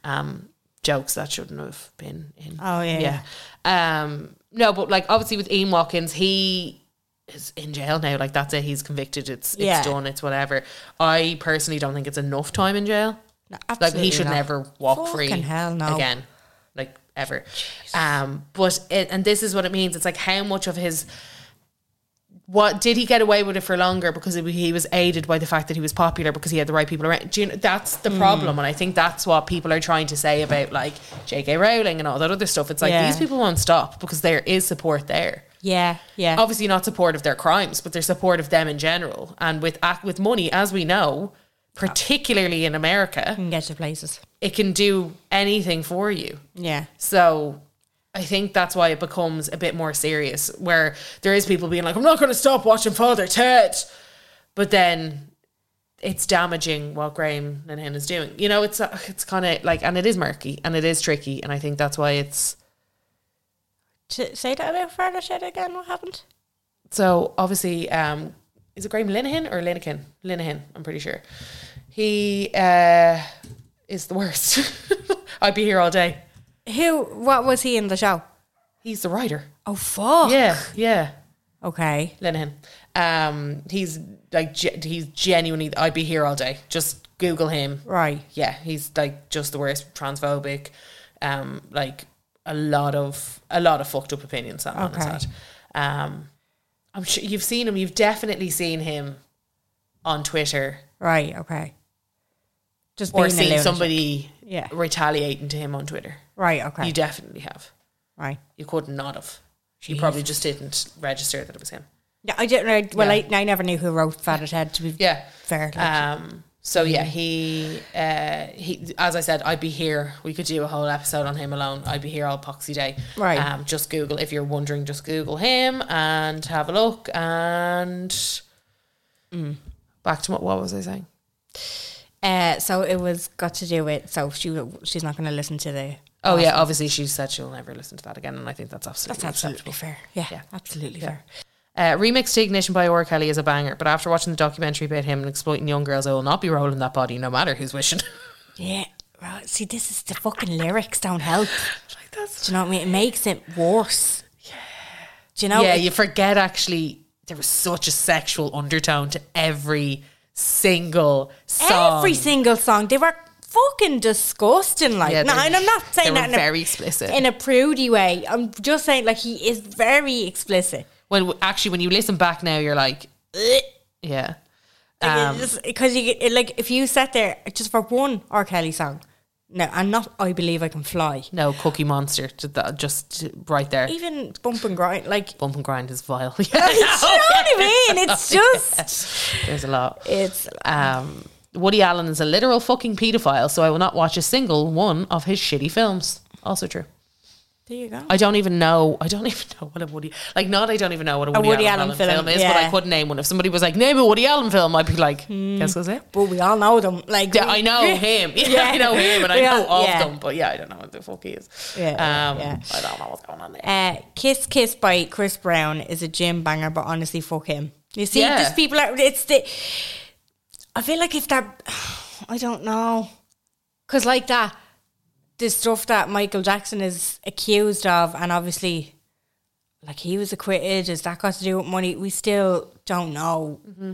um jokes that shouldn't have been in. Oh, yeah, Yeah. Um no, but like obviously with Ian Watkins, he is in jail now. Like that's it. He's convicted. It's it's Yeah. done. It's whatever. I personally don't think it's enough time in jail. No, Like he absolutely should not. never walk Fucking free hell, no. again, like ever. Um, but it, and this is what it means. It's like how much of his what did he get away with it for longer because it, he was aided by the fact that he was popular because he had the right people around. Do you know, that's Hmm. the problem, and I think that's what people are trying to say about like J.K. Rowling and all that other stuff. It's like Yeah. these people won't stop because there is support there Yeah, yeah. obviously not support of their crimes, but they're support of them in general. And with ac- with money, as we know, particularly in America, can get to places. it can do anything for you. Yeah. So I think that's why it becomes a bit more serious, where there is people being like, "I'm not going to stop watching Father Ted," but then it's damaging what Graham Lynn is doing. You know, it's it's kind of like, and it is murky and it is tricky, and I think that's why it's To say that about further shit again, what happened? so. Obviously, um, is it Graham Linehan or Linehan? Linehan, I'm pretty sure. He uh, is the worst. I'd be here all day. Who? What was he in the show? He's the writer. Oh fuck. Yeah, yeah. Okay. Linehan. Um, he's like ge- he's genuinely. I'd be here all day. Just Google him. Right. Yeah, he's like just the worst. Transphobic. Um, like a lot of a lot of fucked up opinions. That man Okay. has had. Um, I'm sure you've seen him. You've definitely seen him on Twitter Right. Okay. Just or being a seen lunatic. somebody Yeah. retaliating to him on Twitter. Right. Okay. You definitely have. right. You could not have. You probably just didn't register that it was him. Yeah, I didn't. know well, Yeah. I, I never knew who wrote Fatted Head. To be Yeah. fair, like, Um, so yeah, he uh, he as I said, I'd be here. We could do a whole episode on him alone. I'd be here all poxy day. Right. Um, just Google if you're wondering, just Google him and have a look. And Mm. back to what, what was I saying? Uh, so it was got to do with. So she she's not going to listen to the. Oh yeah, obviously she said she'll never listen to that again, and I think that's absolutely That's absolutely acceptable. fair. Yeah, Yeah. absolutely fair. Uh, remix to Ignition by R. Kelly is a banger, but after watching the documentary about him and exploiting young girls, I will not be rolling that body, no matter who's wishing. Yeah. Right. See, this is the fucking lyrics don't help. like that's Do you know what I mean? It makes it worse. Yeah. Do you know? yeah, it- you forget actually there was such a sexual undertone to every single song. every single song they were fucking disgusting. Like, Yeah, no, they- and I'm not they saying were that in very a, explicit. in a prudy way. I'm just saying like he is very explicit. when actually when you listen back now, you're like, "Ugh." yeah, um, because you get- like if you sat there just for one R. Kelly song, no, and not I believe I can fly. no Cookie Monster, just, that- just right there. Even bump and grind, like Bump and grind is vile. you know what I mean. Oh It's just There's a lot. it's Um, Woody Allen is a literal fucking paedophile, so I will not watch a single one of his shitty films. Also true. there you go. I don't even know. I don't even know what a Woody like. Not I don't even know what a Woody, Woody Allen, Allen film, film, is, but I yeah. Hmm. could name one. If somebody was like, name a Woody Allen film, I'd be like, guess what's it? but we all know them. Like Yeah, we- I know him. Yeah, I know him, and I We all- know of yeah. them. But yeah, I don't know what the fuck he is. Yeah, yeah, um, yeah. I don't know what's going on there. Uh, Kiss Kiss by Chris Brown is a gym banger, but honestly, fuck him. You see, Yeah. just people are. It's the. I feel like if that, I don't know, because like that, the stuff that Michael Jackson is accused of, and obviously, like he was acquitted. Has that got to do with money? We still don't know. Mm-hmm.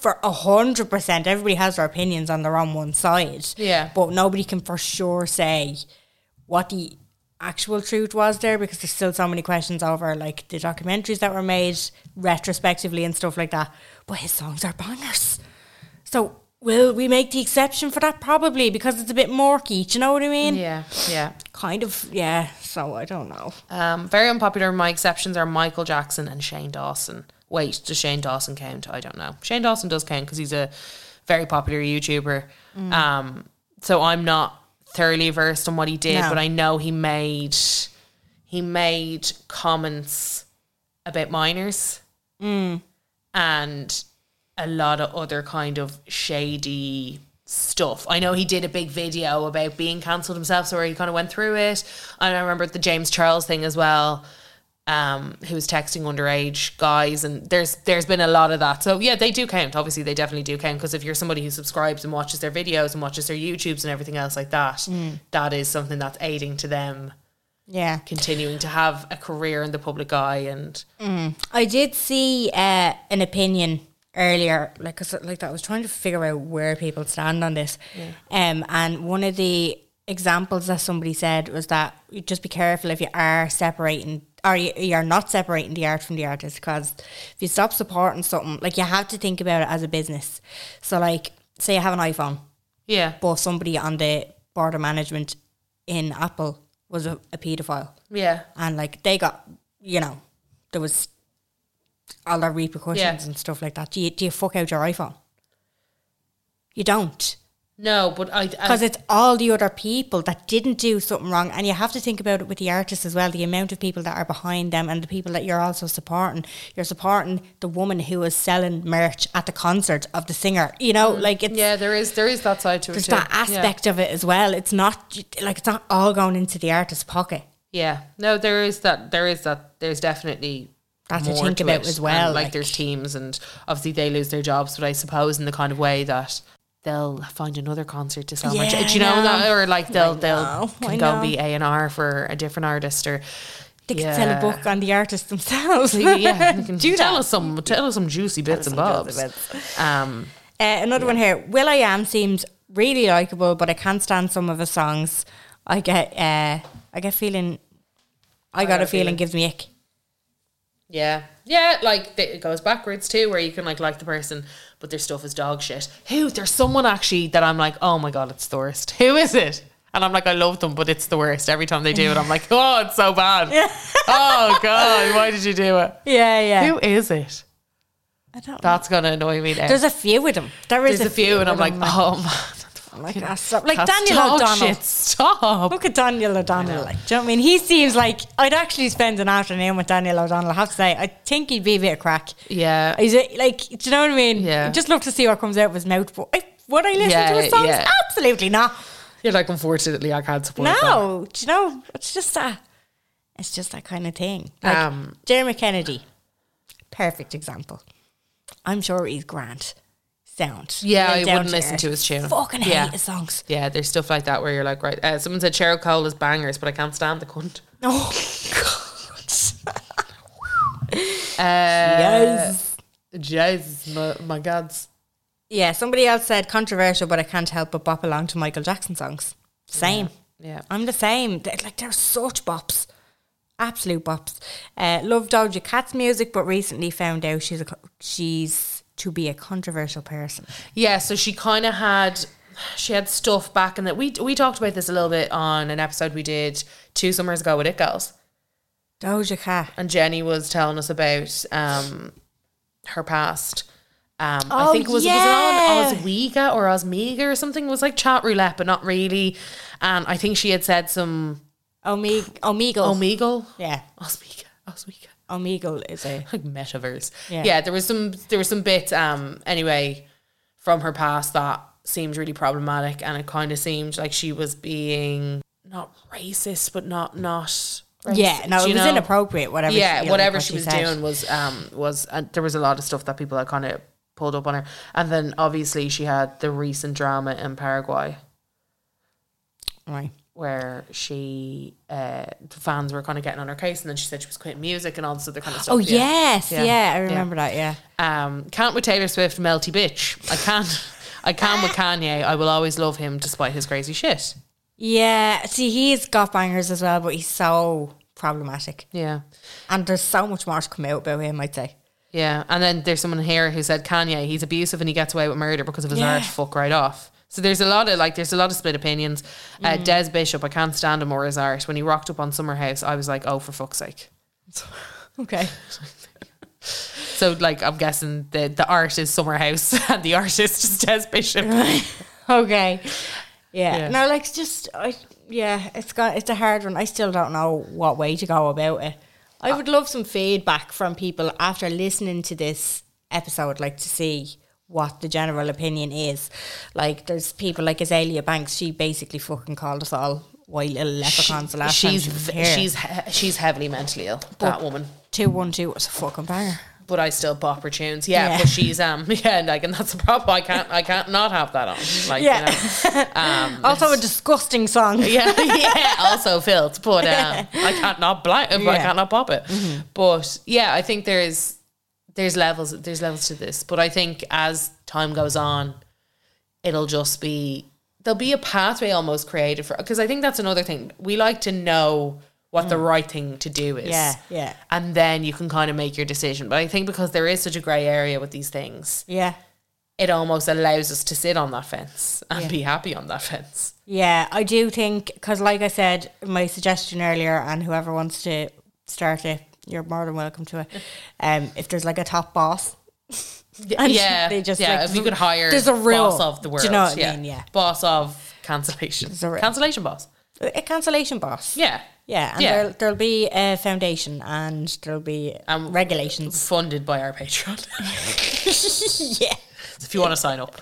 For a hundred percent, everybody has their opinions and they're on one side. Yeah. but nobody can for sure say what the actual truth was there because there's still so many questions over like the documentaries that were made retrospectively and stuff like that. But his songs are bangers. So will we make the exception for that? Probably because it's a bit murky. Do you know what I mean? yeah, yeah. Kind of, yeah. So I don't know. Um, very unpopular. My exceptions are Michael Jackson and Shane Dawson. Wait, does Shane Dawson count? I don't know. Shane Dawson does count because he's a very popular YouTuber. Um, so I'm not thoroughly versed on what he did, No. but I know he made he made comments about minors and a lot of other kind of shady stuff. I know he did a big video about being cancelled himself, so where he kind of went through it. And I remember the James Charles thing as well, um, who was texting underage guys, and there's there's been a lot of that. So yeah, they do count. Obviously, they definitely do count because if you're somebody who subscribes and watches their videos and watches their YouTubes and everything else like that, Mm. that is something that's aiding to them Yeah. continuing to have a career in the public eye and I did see uh, an opinion earlier, like 'cause, like that. I was trying to figure out where people stand on this, um, and one of the examples that somebody said was that you just be careful if you are separating or you- you're not separating the art from the artist because if you stop supporting something, like you have to think about it as a business. So, like, say you have an iPhone, yeah. but somebody on the board of management in Apple was a, a paedophile Yeah. and like they got you know there was all their repercussions Yeah. and stuff like that do you, do you fuck out your iphone you don't No, but I Because I, it's all the other people that didn't do something wrong. And you have to think about it with the artists as well the amount of people that are behind them and the people that you're also supporting. You're supporting the woman who is selling merch at the concert of the singer. You know, like it's. Mm-hmm. yeah, there is there is that side to it. There's too. that Yeah. aspect of it as well. It's not like it's not all going into the artist's pocket. Yeah. No, there is that. There is that. There's definitely That to more think about it. as well, And, like, like- there's teams, and obviously they lose their jobs, but I suppose in the kind of way that they'll find another concert to sell. Yeah, Yeah, Do you know I know. that, or like they'll know, they'll I can go know. and be A and R for a different artist, or They could yeah. sell a book on the artist themselves. yeah, they can do tell that. us some tell us some juicy bits and some bobs. juicy Um, Uh, another one here. Will I Am seems really likable, but I can't stand some of his songs. I get, uh, I get feeling, I, got, a feeling, gives me ick. yeah, yeah, like th- it goes backwards too, where you can like like the person, but their stuff is dog shit. Who? There's someone actually that I'm like, oh my god, it's the worst. Who is it? And I'm like, I love them, but it's the worst. Every time they do it, I'm like, oh, it's so bad. oh god, why did you do it? Yeah, yeah. Who is it? I don't know. That's gonna annoy me now. There's a few of them. There is There's a few, and I'm like, them, oh man, like, ah, stop. like that's Daniel dog O'Donnell. shit. Stop. Look at Daniel O'Donnell. Like, do you know what I mean? He seems like I'd actually spend an afternoon with Daniel O'Donnell. I have to say, I think he'd be a bit of crack. Yeah, Is it like? Do you know what I mean? Yeah. Just love to see what comes out of his mouth. But I, would I listen to Yeah, his songs? yeah. Absolutely not. You're like, unfortunately, I can't support that. No, do you know, it's just that, it's just that kind of thing. Like Um, Jeremy Kennedy, perfect example. I'm sure he's grand, sound. Yeah, real I down wouldn't listen earth. to his tune. Fucking hate Yeah. his songs. Yeah, there's stuff like that where you're like, right, uh, someone said Cheryl Cole is bangers, but I can't stand the cunt. Oh, Uh, yes. Jesus, my, my gods. Yeah, somebody else said controversial, but I can't help but bop along to Michael Jackson songs. Same. Yeah. I'm the same. They're, like they're such bops, absolute bops. Uh, love Doja Cat's music, but recently found out she's a co- she's to be a controversial person. Yeah, so she kind of had she had stuff back in that we we talked about this a little bit on an episode we did two summers ago with It Girls, Doja Cat. and Jenny was telling us about um her past. Um, I Oh, think it was, yeah. was it on Oswega or Osmega or something. It was like chat roulette, but not really. And I think she had said some Omeg- Omegle. Omegle. yeah. Oswega. Oswega. Omegle is a. like metaverse. Yeah. Yeah. there was some there was some bits um anyway from her past that seemed really problematic and it kind of seemed like she was being not racist but not not racist, Yeah, no, you it was know? inappropriate, whatever. Yeah, you know, whatever what she was said. doing was um was and there was a lot of stuff that people had kind of pulled up on her. And then obviously she had the recent drama in Paraguay Right. where she uh the fans were kind of getting on her case and then she said she was quitting music and all this other kind of stuff. Oh, yeah. yes. Yeah. Yeah. I remember that. Yeah. Um, can't with Taylor Swift, melty bitch. I can't. I can with Kanye. I will always love him despite his crazy shit. Yeah. See, he's got bangers as well, but he's so problematic. Yeah. And there's so much more to come out about him, I'd say. Yeah. And then there's someone here who said Kanye, he's abusive and he gets away with murder because of his Yeah. art. Fuck right off. So there's a lot of like there's a lot of split opinions. Uh, Des Bishop, I can't stand him or his art. When he rocked up on Summer House, I was like, oh for fuck's sake. Okay. So like I'm guessing the the art is Summer House and the artist is Des Bishop. okay. Yeah. Yeah. No, like it's just I yeah, it's got it's a hard one. I still don't know what way to go about it. I would love some feedback from people after listening to this episode, like to see what the general opinion is. Like there's people like Azalea Banks, she basically fucking called us all white little leprechauns the last time she's she was v- here. she's he- she's heavily mentally ill. That woman. two one two was a fucking banger. but I still bop her tunes. Yeah, Yeah. but she's um yeah, and like and that's a problem. I can't I can't not have that on. Like Yeah. you know. Also a disgusting song. Yeah, yeah. Also filled, but um, I can't not blank. I Yeah. Mm-hmm. can't not pop it. But yeah, I think there is there's levels there's levels to this. But I think as time goes on, it'll just be there'll be a pathway almost created for because I think that's another thing we like to know what the right thing to do is. Mm. Yeah, yeah. And then you can kind of make your decision. But I think because there is such a grey area with these things, Yeah. it almost allows us to sit on that fence and be happy on that fence. Yeah, I do think because, like I said, my suggestion earlier, and whoever wants to start it, you're more than welcome to it. Um, if there's like a top boss And yeah, they just, yeah. like, if you could hire, there's a real- boss of the do world. you know what I yeah. mean? Yeah. boss of cancellation, a real- cancellation boss. a cancellation boss. Yeah, Yeah, and Yeah. There'll, there'll be a foundation and there'll be Um, regulations. funded by our Patreon. yeah, So if you want to sign up,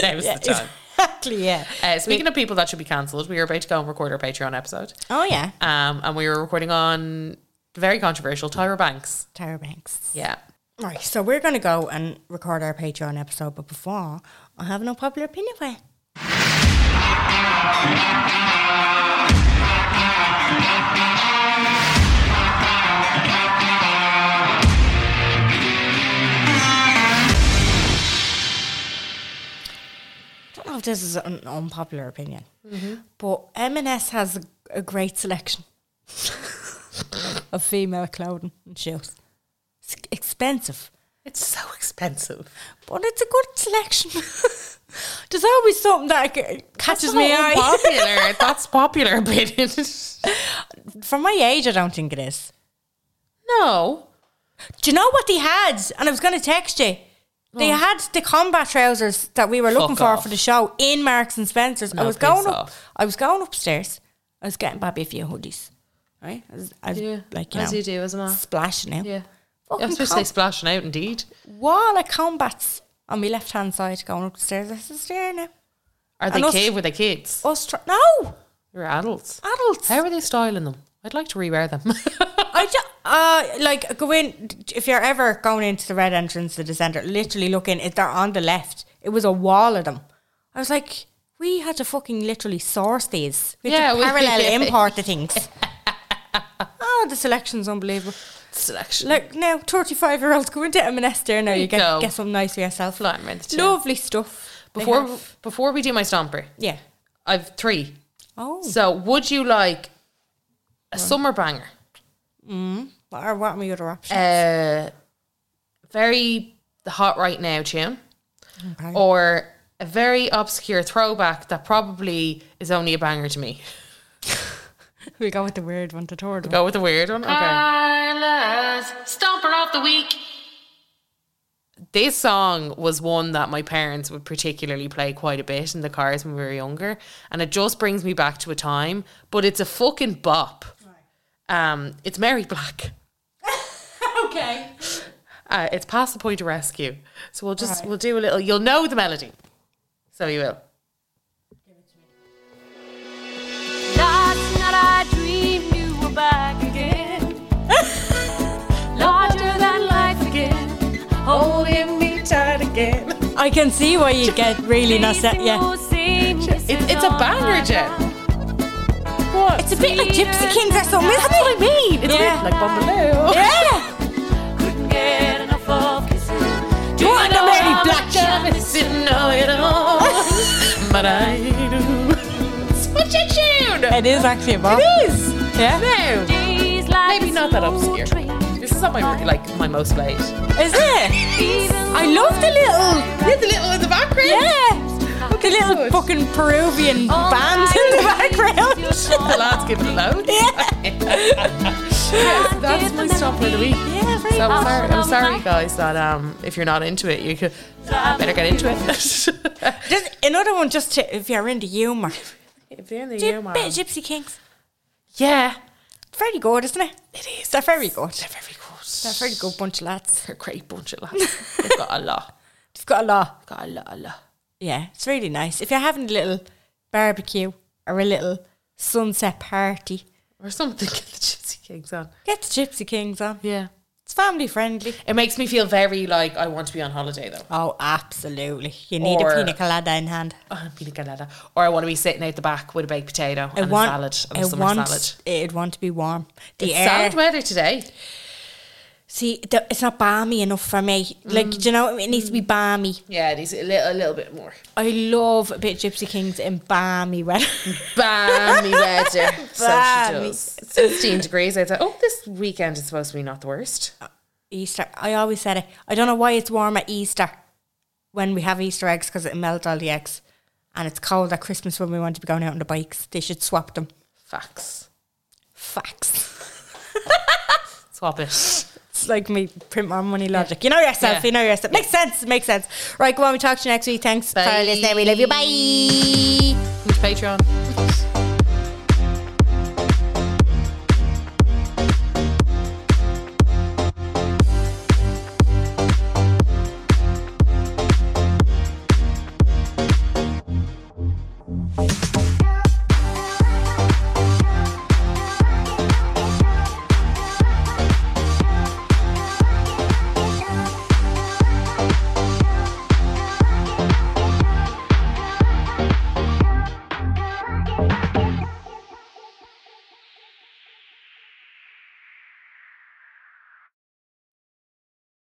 now's the time. exactly. Yeah. Uh, speaking of people that should be cancelled, we are about to go and record our Patreon episode, Oh yeah, um, and we were recording on very controversial Tyra Banks. Tyra Banks. Yeah, Right, so we're gonna go and record our Patreon episode, but before I have an unpopular opinion for you. don't know if this is an unpopular opinion, but M&S has a, a great selection of female clothing and shoes. It's expensive, it's so expensive. but it's a good selection. There's always something that c- catches me That's not eye. Popular. That's popular opinion. For my age, I don't think it is. no, Do you know what they had? And I was going to text you. They had the combat trousers that we were looking Fuck for off. for the show in Marks and Spencers. I No, was going piss up. off. I was going upstairs. I was getting Bobby a few hoodies. Right? I was, I was like you as know, you do as a man. splashing out. Yeah, Fucking I'm supposed to com- say splashing out. Indeed, wall of combats on my left hand side going up the stairs. I says, there now. are they And us- kids? Were they kids? Us tr- no, They're adults. adults. How are they styling them? I'd like to rewear them. I just, uh, like go in if you're ever going into the red entrance to the center. Literally look in. It, they're on the left. It was a wall of them. I was like, we had to fucking literally source these. We had Yeah, to we- parallel import the things. oh, the selection's unbelievable. Selection. Like now, thirty-five year olds go into M&S there now. You, you get go. get something nice for yourself. Flying around the town. Lovely stuff. They before have- before we do my stomper, yeah. I've three. Oh, So would you like a summer banger? what are what are my other options? Uh, very hot right now tune, Okay. or a very obscure throwback that probably is only a banger to me. we go with the weird one, the third one. Uh, Go with the weird one. Okay. Carla's Stomper of the Week. This song was one that my parents would particularly play quite a bit in the cars when we were younger, and it just brings me back to a time. But it's a fucking bop. Um, it's Mary Black. Okay. Uh, it's past the point of rescue, so we'll just we'll do a little. You'll know the melody, so you will. Last night I dreamed you were back again. Larger than life again. Holding me tight again. I can see why you get really not set. Yeah. It's it's a banger, Jen. What? It's a bit like Gypsy Kings or something, isn't it? I mean. It's Yeah. yeah. like Bumbaloo. Yeah. Get enough of kissing. Do you want the Mary Black Jack? I didn't know it all, but I do. Such a tune. It is actually a bop. It is. Yeah. No. Days like Maybe not that obscure. This is not my like my most played. Is it? I love the little, Yeah, the little in the background. yeah, the little fucking Peruvian bands in the background. The lads give it a load. yes, that's my stop for the week. Yeah, very So nice. I'm sorry, I'm sorry, guys, that um, if you're not into it, you could better get into it. Just another one, just to, if you're into humour. if you're in the Do year, a bit of Gypsy Kings. yeah, Very good, isn't it? it is. They're very good. They're very They're a good. very good bunch of lads. They're a great bunch of lads. They've got a lot. They've got a lot. Got a lot, a lot. Yeah, it's really nice. If you're having a little barbecue or a little sunset party, Or something. Get the Gypsy Kings on. get the Gypsy Kings on. Yeah. It's family friendly. It makes me feel very like I want to be on holiday though. Oh, absolutely. You need Or- a pina colada in hand. Oh, pina colada. Or I want to be sitting out the back with a baked potato and a salad and a summer want, salad. It'd want to be warm. The It's air. salad weather today. See, the, it's not balmy enough for me. Like, do you know, it needs to be balmy. Yeah, it is a little, a little bit more. I love a bit of Gypsy Kings in balmy weather. Balmy weather. so she Balmy. does. It's 15 degrees outside. Oh, this weekend is supposed to be not the worst. Easter. I always said it. I don't know why it's warm at Easter when we have Easter eggs because it melts all the eggs. And it's cold at Christmas when we want to be going out on the bikes. They should swap them. Facts. Facts. Swap it. It's like me print my money logic. You know yourself. Yeah. You know yourself. Makes sense. Makes sense. Right, go on. We talk to you next week. Thanks Bye. for listening. We love you. Bye. Come to Patreon.